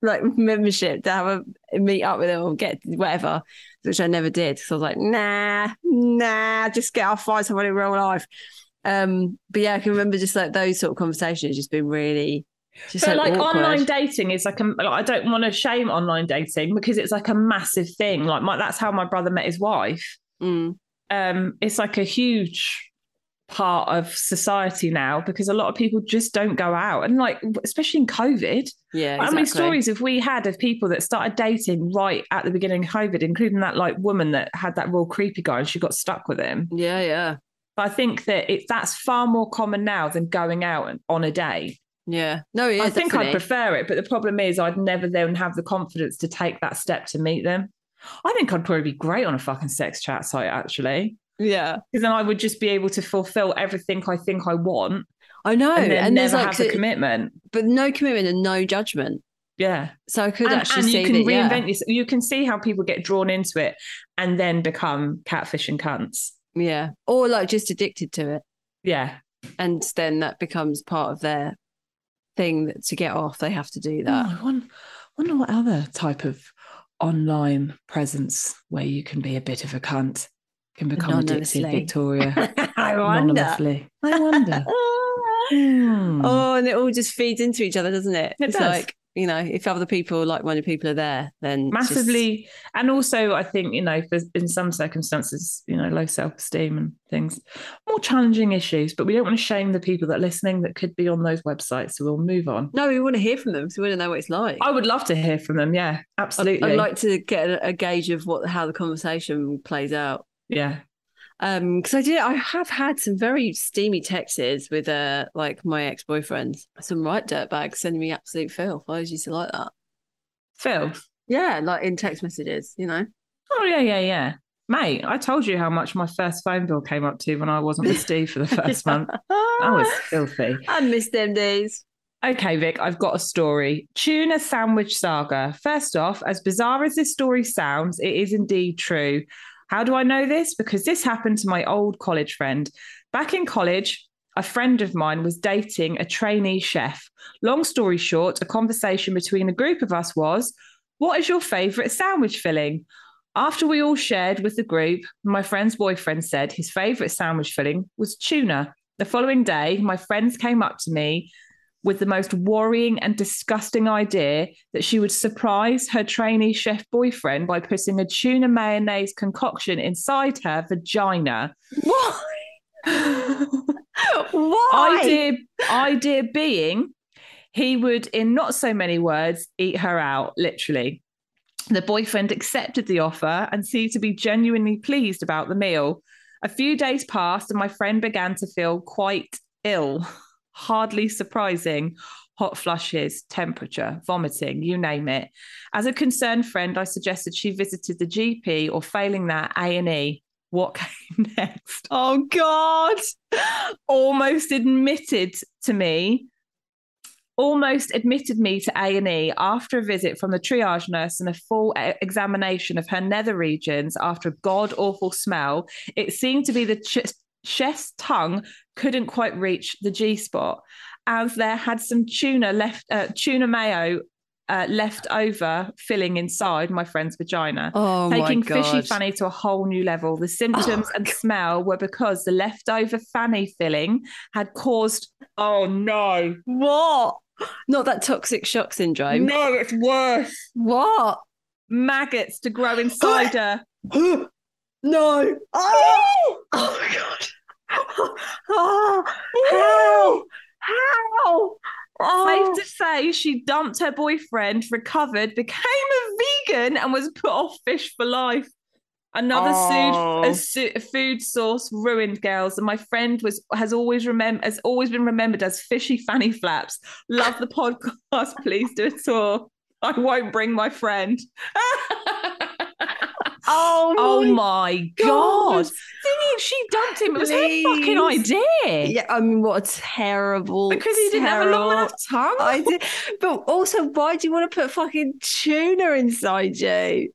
[SPEAKER 3] like membership to have a meet up with them or get whatever, which I never did. So I was like, nah, nah, just get off find someone in real life. Um, but yeah, I can remember just like those sort of conversations just been really just
[SPEAKER 4] but
[SPEAKER 3] so
[SPEAKER 4] like
[SPEAKER 3] awkward.
[SPEAKER 4] online dating is like, a, like I don't want to shame online dating because it's like a massive thing. Like my, that's how my brother met his wife.
[SPEAKER 3] Mm.
[SPEAKER 4] um, it's like a huge part of society now because a lot of people just don't go out and like especially in covid
[SPEAKER 3] Yeah,
[SPEAKER 4] how many
[SPEAKER 3] exactly.
[SPEAKER 4] stories have we had of people that started dating right at the beginning of covid including that like woman that had that real creepy guy and she got stuck with him
[SPEAKER 3] Yeah, yeah,
[SPEAKER 4] but i think that it that's far more common now than going out and- on a date
[SPEAKER 3] yeah. No, yeah,
[SPEAKER 4] I think I'd
[SPEAKER 3] definitely.
[SPEAKER 4] prefer it, but the problem is I'd never then have the confidence to take that step to meet them. I think I'd probably be great on a fucking sex chat site, actually,
[SPEAKER 3] yeah,
[SPEAKER 4] because then I would just be able to fulfill everything I think I want,
[SPEAKER 3] I know.
[SPEAKER 4] and
[SPEAKER 3] And,
[SPEAKER 4] then
[SPEAKER 3] there's
[SPEAKER 4] never
[SPEAKER 3] like,
[SPEAKER 4] have the
[SPEAKER 3] the-
[SPEAKER 4] commitment.
[SPEAKER 3] but no commitment and no judgment.
[SPEAKER 4] Yeah,
[SPEAKER 3] So I could
[SPEAKER 4] and,
[SPEAKER 3] actually
[SPEAKER 4] and
[SPEAKER 3] see
[SPEAKER 4] you can
[SPEAKER 3] that. yeah.
[SPEAKER 4] reinvent this. You can see how people get drawn into it and then become catfish and cunts.
[SPEAKER 3] yeah, or like just addicted to it,
[SPEAKER 4] Yeah,
[SPEAKER 3] and then that becomes part of their thing that, to get off. They have to do that.
[SPEAKER 4] Oh, I wonder, wonder what other type of online presence where you can be a bit of a cunt can become addicted,
[SPEAKER 3] Anonymously.
[SPEAKER 4] Victoria.
[SPEAKER 3] I
[SPEAKER 4] Anonymously.
[SPEAKER 3] Ah.
[SPEAKER 4] I wonder. Hmm.
[SPEAKER 3] Oh, and it all just feeds into each other, doesn't it?
[SPEAKER 4] It
[SPEAKER 3] it's
[SPEAKER 4] does.
[SPEAKER 3] like You know, if other people, like-minded people, are there, then it's just-
[SPEAKER 4] massively and also i think you know there's in some circumstances you know low self-esteem and things more challenging issues but we don't want to shame the people that are listening that could be on those websites so we'll move on
[SPEAKER 3] No, we want to hear from them because we want to know what it's like.
[SPEAKER 4] i would love to hear from them yeah
[SPEAKER 3] I'd,
[SPEAKER 4] absolutely
[SPEAKER 3] I'd like to get a, a gauge of what how the conversation plays out.
[SPEAKER 4] yeah
[SPEAKER 3] Um, because I did, I have had some very steamy texts with uh, like my ex boyfriends, some right dirtbags sending me absolute filth. I always used to like that.
[SPEAKER 4] phil
[SPEAKER 3] Yeah, like in text messages, you know.
[SPEAKER 4] oh yeah yeah yeah mate i told you how much my first phone bill came up to when i wasn't with steve for the first month i was filthy
[SPEAKER 3] I miss them days.
[SPEAKER 4] Okay, Vic, I've got a story. Tuna sandwich saga. First off, as bizarre as this story sounds, it is indeed true. How do I know this? Because this happened to my old college friend. Back in college, a friend of mine was dating a trainee chef. Long story short, a conversation between a group of us was, What is your favourite sandwich filling? After we all shared with the group, my friend's boyfriend said his favourite sandwich filling was tuna. The following day, my friends came up to me with the most worrying and disgusting idea that she would surprise her trainee chef boyfriend by putting a tuna mayonnaise concoction inside her vagina.
[SPEAKER 3] Why? Why?
[SPEAKER 4] Idea, idea being, he would, in not so many words, eat her out, literally. The boyfriend accepted the offer and seemed to be genuinely pleased about the meal. A few days passed, and my friend began to feel quite ill. Hardly surprising. Hot flushes, temperature, vomiting, you name it. As a concerned friend, I suggested she visited the GP or failing that, E. A&E. What came next? Oh God. Almost admitted to me almost admitted me to A&E after a visit from the triage nurse and a full e- examination of her nether regions after a god awful smell it seemed to be the ch- chef's tongue couldn't quite reach the G spot as there had some tuna left uh, tuna mayo uh, left over filling inside my friend's vagina
[SPEAKER 3] Oh
[SPEAKER 4] taking
[SPEAKER 3] my god! Oh
[SPEAKER 4] fishy fanny to a whole new level. The symptoms and smell were because the leftover fanny filling had caused. Oh no!
[SPEAKER 3] What? Not that toxic shock syndrome.
[SPEAKER 4] No, it's worse.
[SPEAKER 3] What?
[SPEAKER 4] Maggots to grow
[SPEAKER 3] Oh,
[SPEAKER 4] inside her.
[SPEAKER 3] no. Oh, oh god. oh, how? How? Oh.
[SPEAKER 4] Safe to say, she dumped her boyfriend, recovered, became a vegan, and was put off fish for life. Another
[SPEAKER 3] Oh.
[SPEAKER 4] food, a su- a food source ruined girls, and my friend was has always remem- has always been remembered as fishy fanny flaps. Love the podcast. Please do a tour. I won't bring my friend.
[SPEAKER 3] Oh,
[SPEAKER 4] oh my god!
[SPEAKER 3] God.
[SPEAKER 4] Thinking she dumped him. It was
[SPEAKER 3] Please.
[SPEAKER 4] her fucking idea.
[SPEAKER 3] Yeah, I mean, what a terrible.
[SPEAKER 4] Because he didn't have a long
[SPEAKER 3] terrible-
[SPEAKER 4] enough tongue.
[SPEAKER 3] I did, but also, why do you want to put fucking tuna inside you?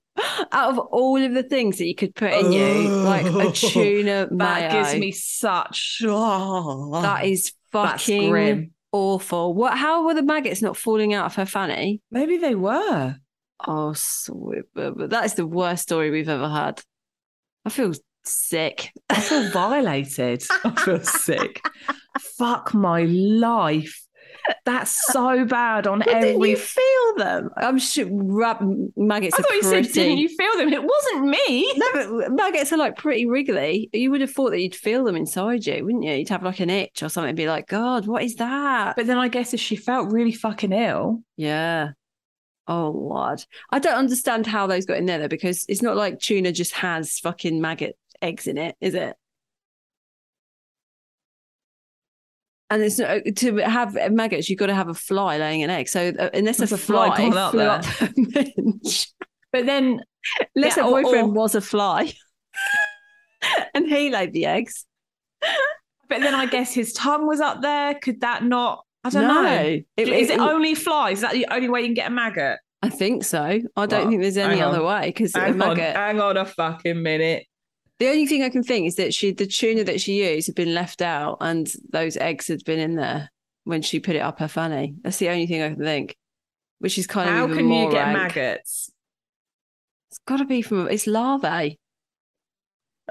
[SPEAKER 3] Out of all of the things that you could put in you, like a tuna mayo,
[SPEAKER 4] that gives me such. Oh,
[SPEAKER 3] that is
[SPEAKER 4] that's
[SPEAKER 3] fucking
[SPEAKER 4] grim.
[SPEAKER 3] awful. What? How were the maggots not falling out of her fanny?
[SPEAKER 4] Maybe they were.
[SPEAKER 3] Oh, sweet. But that is the worst story we've ever had. I feel sick.
[SPEAKER 4] I feel violated. I feel sick. Fuck my life. That's so bad on
[SPEAKER 3] But didn't
[SPEAKER 4] every.
[SPEAKER 3] you feel them? I'm sure rab- maggots
[SPEAKER 4] I
[SPEAKER 3] are
[SPEAKER 4] thought you
[SPEAKER 3] pretty.
[SPEAKER 4] said, didn't you feel them? It wasn't me.
[SPEAKER 3] No, but maggots are like pretty wriggly. You would have thought that you'd feel them inside you, wouldn't you? You'd have like an itch or something, be like, God, what is that?
[SPEAKER 4] But then I guess if she felt really fucking ill,
[SPEAKER 3] yeah. Oh, Lord. I don't understand how those got in there, though, because it's not like tuna just has fucking maggot eggs in it, is it? And it's not, uh, to have maggots, you've got to have a fly laying an egg. So uh, unless
[SPEAKER 4] There's
[SPEAKER 3] a,
[SPEAKER 4] a fly
[SPEAKER 3] fly,
[SPEAKER 4] crawling up
[SPEAKER 3] flew
[SPEAKER 4] there.
[SPEAKER 3] up her minge,
[SPEAKER 4] but then
[SPEAKER 3] unless
[SPEAKER 4] Yeah,
[SPEAKER 3] her
[SPEAKER 4] or-
[SPEAKER 3] boyfriend
[SPEAKER 4] or-
[SPEAKER 3] was a fly and he laid the eggs.
[SPEAKER 4] But then I guess his tongue was up there. Could that not? I don't
[SPEAKER 3] no.
[SPEAKER 4] know.
[SPEAKER 3] It,
[SPEAKER 4] Is
[SPEAKER 3] it-
[SPEAKER 4] it only flies? Is that the only way you can get a maggot?
[SPEAKER 3] I think so. I don't
[SPEAKER 4] Well,
[SPEAKER 3] think there's any
[SPEAKER 4] hang on.
[SPEAKER 3] other way because a
[SPEAKER 4] Hang on,
[SPEAKER 3] maggot.
[SPEAKER 4] hang on a fucking minute.
[SPEAKER 3] The only thing I can think is that she, the tuna that she used, had been left out, and those eggs had been in there when she put it up her fanny. That's the only thing I can think. Which is kind of
[SPEAKER 4] How
[SPEAKER 3] even
[SPEAKER 4] can you
[SPEAKER 3] more
[SPEAKER 4] get
[SPEAKER 3] rank.
[SPEAKER 4] maggots?
[SPEAKER 3] It's got to be from it's larvae.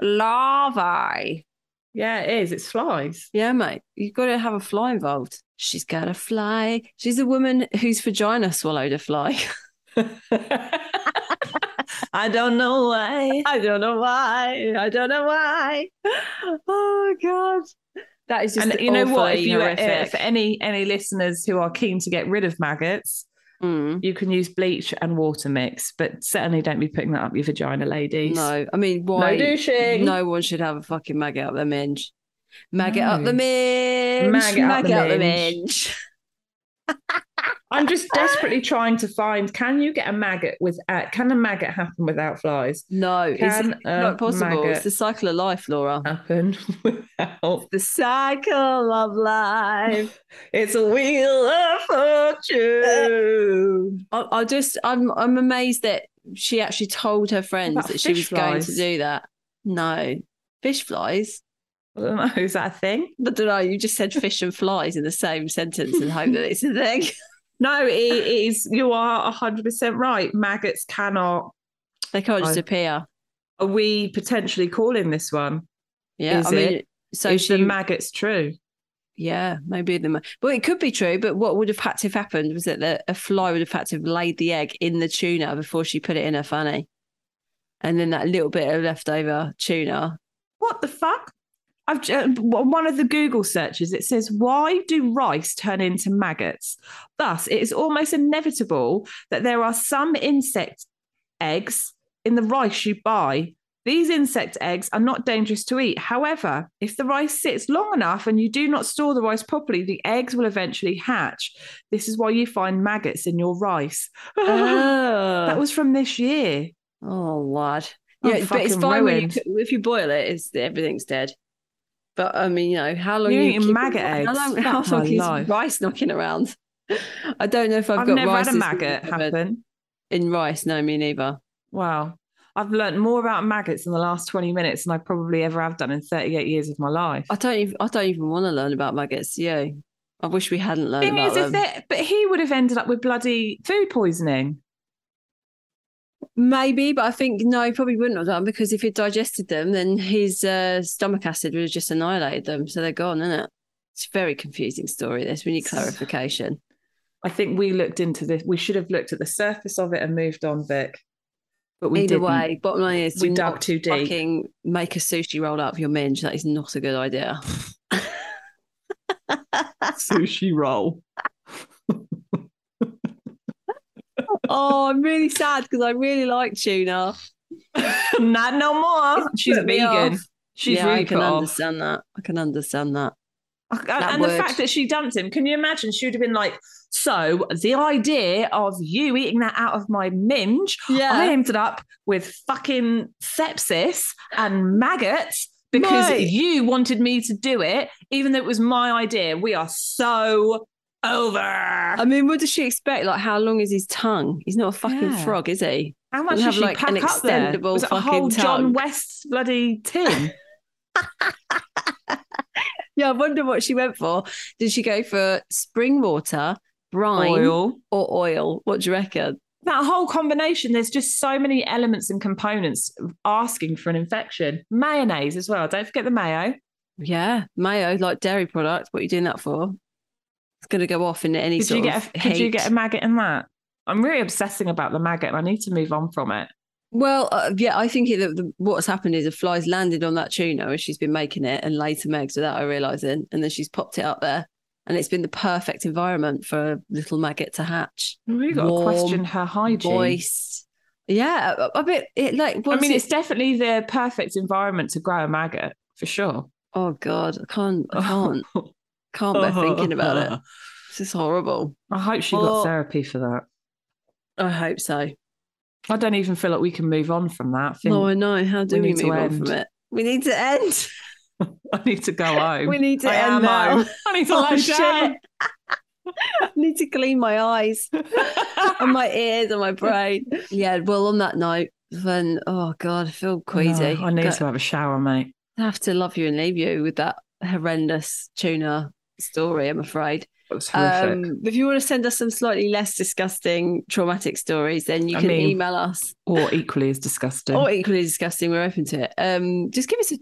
[SPEAKER 3] Larvae.
[SPEAKER 4] Yeah, it is. It's flies.
[SPEAKER 3] Yeah, mate, you've got to have a fly involved. She's got a fly. She's a woman whose vagina swallowed a fly.
[SPEAKER 4] I don't know why.
[SPEAKER 3] I don't know why. I don't know why. Oh God, that is just
[SPEAKER 4] and you know what? If you, uh,
[SPEAKER 3] horrific.
[SPEAKER 4] for any any listeners who are keen to get rid of maggots,
[SPEAKER 3] Mm,
[SPEAKER 4] you can use bleach and water mix, but certainly don't be putting that up your vagina, ladies.
[SPEAKER 3] no, I mean,
[SPEAKER 4] no
[SPEAKER 3] why?
[SPEAKER 4] douching.
[SPEAKER 3] No one should have a fucking maggot up their minge. Maggot up
[SPEAKER 4] No.
[SPEAKER 3] the minge.
[SPEAKER 4] Maggot up the minge.
[SPEAKER 3] minge.
[SPEAKER 4] I'm just desperately trying to find. Can you get a maggot with? Uh, can a maggot happen without flies?
[SPEAKER 3] No, it's
[SPEAKER 4] Can a
[SPEAKER 3] not possible.
[SPEAKER 4] maggot
[SPEAKER 3] It's the cycle of life, Laura.
[SPEAKER 4] happen without?
[SPEAKER 3] The cycle of life.
[SPEAKER 4] It's a wheel of fortune.
[SPEAKER 3] I, I just, I'm, I'm amazed that she actually told her friends
[SPEAKER 4] about
[SPEAKER 3] that she was
[SPEAKER 4] fish
[SPEAKER 3] going to
[SPEAKER 4] flies?
[SPEAKER 3] do that. No, fish flies.
[SPEAKER 4] I don't know. Is that a thing?
[SPEAKER 3] I don't know. You just said fish and flies in the same sentence and hope that it's a thing.
[SPEAKER 4] No, it, it is. You are hundred percent right. Maggots cannot.
[SPEAKER 3] They can't just
[SPEAKER 4] I-
[SPEAKER 3] appear.
[SPEAKER 4] Are we potentially calling this one?
[SPEAKER 3] Yeah,
[SPEAKER 4] Is
[SPEAKER 3] I mean, so
[SPEAKER 4] So is
[SPEAKER 3] she
[SPEAKER 4] the maggots true?
[SPEAKER 3] Yeah, maybe the. ma- Well, it could be true, but what would have had to have happened was that the, a fly would have had to have laid the egg in the tuna before she put it in her fanny, and then that little bit of leftover tuna.
[SPEAKER 4] What the fuck? I've ju- one of the Google searches. It says, "Why do rice turn into maggots?" Thus, it is almost inevitable that there are some insect eggs in the rice you buy. These insect eggs are not dangerous to eat. However, if the rice sits long enough and you do not store the rice properly, the eggs will eventually hatch. This is why you find maggots in your rice. that
[SPEAKER 3] oh,
[SPEAKER 4] was from this year.
[SPEAKER 3] oh, lad.
[SPEAKER 4] I'm
[SPEAKER 3] Yeah, but it's
[SPEAKER 4] fucking
[SPEAKER 3] fine when you,
[SPEAKER 4] ruined.
[SPEAKER 3] cook- if you boil it, it's everything's dead. But I mean, you know, how long
[SPEAKER 4] You're
[SPEAKER 3] you
[SPEAKER 4] eating
[SPEAKER 3] keep-
[SPEAKER 4] maggot
[SPEAKER 3] How
[SPEAKER 4] eggs.
[SPEAKER 3] long?
[SPEAKER 4] Fuck
[SPEAKER 3] How
[SPEAKER 4] my
[SPEAKER 3] long is
[SPEAKER 4] life.
[SPEAKER 3] rice knocking around? I don't know if I've,
[SPEAKER 4] I've,
[SPEAKER 3] got
[SPEAKER 4] never
[SPEAKER 3] rice
[SPEAKER 4] had a
[SPEAKER 3] as-
[SPEAKER 4] maggot happen.
[SPEAKER 3] in rice. No, me neither.
[SPEAKER 4] Wow. I've learned more about maggots in the last 20 minutes than I probably ever have done in 38 years of my life.
[SPEAKER 3] I don't even I don't even want to learn about maggots. Yeah. I wish we hadn't learned
[SPEAKER 4] Thing
[SPEAKER 3] about
[SPEAKER 4] is,
[SPEAKER 3] them.
[SPEAKER 4] if that, but he would have ended up with bloody food poisoning.
[SPEAKER 3] Maybe, but I think no, he probably wouldn't have done because if he digested them, then his uh, stomach acid would have just annihilated them. So they're gone, isn't it? It's a very confusing story. This we need clarification.
[SPEAKER 4] I think we looked into this. We should have looked at the surface of it and moved on, Vic. But we
[SPEAKER 3] Either
[SPEAKER 4] didn't.
[SPEAKER 3] way, bottom line is
[SPEAKER 4] We
[SPEAKER 3] do
[SPEAKER 4] dug
[SPEAKER 3] not
[SPEAKER 4] too deep.
[SPEAKER 3] Fucking make a sushi roll up your minge. That is not a good idea.
[SPEAKER 4] Sushi roll.
[SPEAKER 3] oh, I'm really sad because I really like tuna.
[SPEAKER 4] Not no more.
[SPEAKER 3] It's
[SPEAKER 4] She's
[SPEAKER 3] put me
[SPEAKER 4] vegan.
[SPEAKER 3] off.
[SPEAKER 4] She's
[SPEAKER 3] yeah,
[SPEAKER 4] really
[SPEAKER 3] I can
[SPEAKER 4] put off.
[SPEAKER 3] understand that. I can understand that.
[SPEAKER 4] And,
[SPEAKER 3] That
[SPEAKER 4] and the
[SPEAKER 3] word.
[SPEAKER 4] fact that she dumped him, can you imagine? She would have been like, So the idea of you eating that out of my minge,
[SPEAKER 3] Yeah.
[SPEAKER 4] I ended up with fucking sepsis and maggots because
[SPEAKER 3] Mate.
[SPEAKER 4] you wanted me to do it, even though it was my idea. We are so over.
[SPEAKER 3] I mean, what does she expect? Like, how long is his tongue? He's not a fucking
[SPEAKER 4] Yeah.
[SPEAKER 3] frog, is he?
[SPEAKER 4] How much
[SPEAKER 3] have,
[SPEAKER 4] did she
[SPEAKER 3] like,
[SPEAKER 4] pack
[SPEAKER 3] an
[SPEAKER 4] up there?
[SPEAKER 3] extendable
[SPEAKER 4] Was it a
[SPEAKER 3] fucking
[SPEAKER 4] whole
[SPEAKER 3] tongue?
[SPEAKER 4] John West bloody tin?
[SPEAKER 3] Yeah, I wonder what she went for. Did she go for spring water, brine,
[SPEAKER 4] Oil.
[SPEAKER 3] or oil? What do you reckon?
[SPEAKER 4] that whole combination there's just so many elements and components asking for an infection mayonnaise as well don't forget the mayo
[SPEAKER 3] Yeah, mayo, like dairy product. What are you doing that for? It's going to go off in any
[SPEAKER 4] could
[SPEAKER 3] sort
[SPEAKER 4] you get
[SPEAKER 3] of
[SPEAKER 4] a, could you
[SPEAKER 3] heat.
[SPEAKER 4] get a maggot in that i'm really obsessing about the maggot and i need to move on from it
[SPEAKER 3] Well, uh, yeah, I think it, the, the, what's happened is a fly's landed on that tuna as she's been making it and laid some eggs without her realizing, and then she's popped it up there, and it's been the perfect environment for a little maggot to hatch.
[SPEAKER 4] we really got to
[SPEAKER 3] Warm
[SPEAKER 4] question her hygiene
[SPEAKER 3] Moist. Yeah, a, a bit. It like
[SPEAKER 4] i
[SPEAKER 3] once
[SPEAKER 4] mean
[SPEAKER 3] it-
[SPEAKER 4] it's definitely the perfect environment to grow a maggot for sure
[SPEAKER 3] Oh God, I can't, I can't, can't bear thinking about it. This is horrible.
[SPEAKER 4] i hope she
[SPEAKER 3] Oh.
[SPEAKER 4] got therapy for that
[SPEAKER 3] I hope so.
[SPEAKER 4] i don't even feel like we can move on from that I think
[SPEAKER 3] No, I know. How do
[SPEAKER 4] we
[SPEAKER 3] we,
[SPEAKER 4] need to
[SPEAKER 3] move on
[SPEAKER 4] end.
[SPEAKER 3] from it? We need to end.
[SPEAKER 4] i need to go home
[SPEAKER 3] We need to
[SPEAKER 4] I
[SPEAKER 3] end
[SPEAKER 4] am
[SPEAKER 3] now.
[SPEAKER 4] home. i need to
[SPEAKER 3] Oh,
[SPEAKER 4] lay
[SPEAKER 3] shit.
[SPEAKER 4] down
[SPEAKER 3] I need to clean my eyes and my ears and my brain. Yeah. Well, on that note, then oh God, I feel queasy.
[SPEAKER 4] No, I need
[SPEAKER 3] Go-
[SPEAKER 4] to have a shower, mate.
[SPEAKER 3] I have to love you and leave you with that horrendous tuna story. I'm afraid.
[SPEAKER 4] It was horrific.
[SPEAKER 3] Um, if you want to send us some slightly less disgusting traumatic stories, then you
[SPEAKER 4] I
[SPEAKER 3] can
[SPEAKER 4] mean,
[SPEAKER 3] email us
[SPEAKER 4] or equally as disgusting.
[SPEAKER 3] e- or equally disgusting. We're open to it. Um, just give us a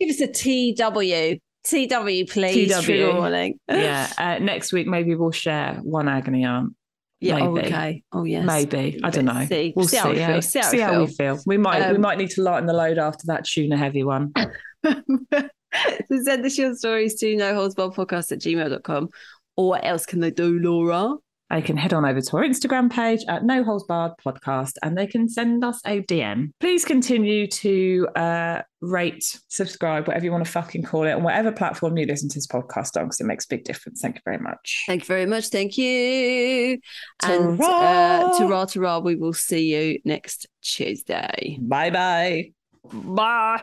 [SPEAKER 7] Give us a TW. TW, please.
[SPEAKER 4] TW.
[SPEAKER 7] for your warning.
[SPEAKER 4] yeah. Uh, next week, maybe we'll share one agony aunt.
[SPEAKER 3] Yeah. Oh,
[SPEAKER 4] Maybe.
[SPEAKER 3] okay. Oh, yes.
[SPEAKER 4] Maybe I don't know.
[SPEAKER 7] See-
[SPEAKER 4] we'll
[SPEAKER 7] see
[SPEAKER 4] see.
[SPEAKER 7] how we feel. See how we
[SPEAKER 4] we feel. We might we
[SPEAKER 3] Um,
[SPEAKER 4] might need to lighten the load after that tuna heavy one.
[SPEAKER 3] so send us your stories to noholesbarredpodcast at gmail.com. Or what else can they do, Laura?
[SPEAKER 4] They can head on over to our Instagram page at No Holes Barred Podcast and they can send us a DM. Please continue to uh, rate, subscribe, whatever you want to fucking call it, on whatever platform you listen to this podcast on, because it makes a big difference. Thank you very much.
[SPEAKER 3] Thank you very much. Thank you. And
[SPEAKER 4] Ta-ra.
[SPEAKER 3] uh, ta-ra, ta-ra. We will see you next Tuesday.
[SPEAKER 4] Bye bye. Bye.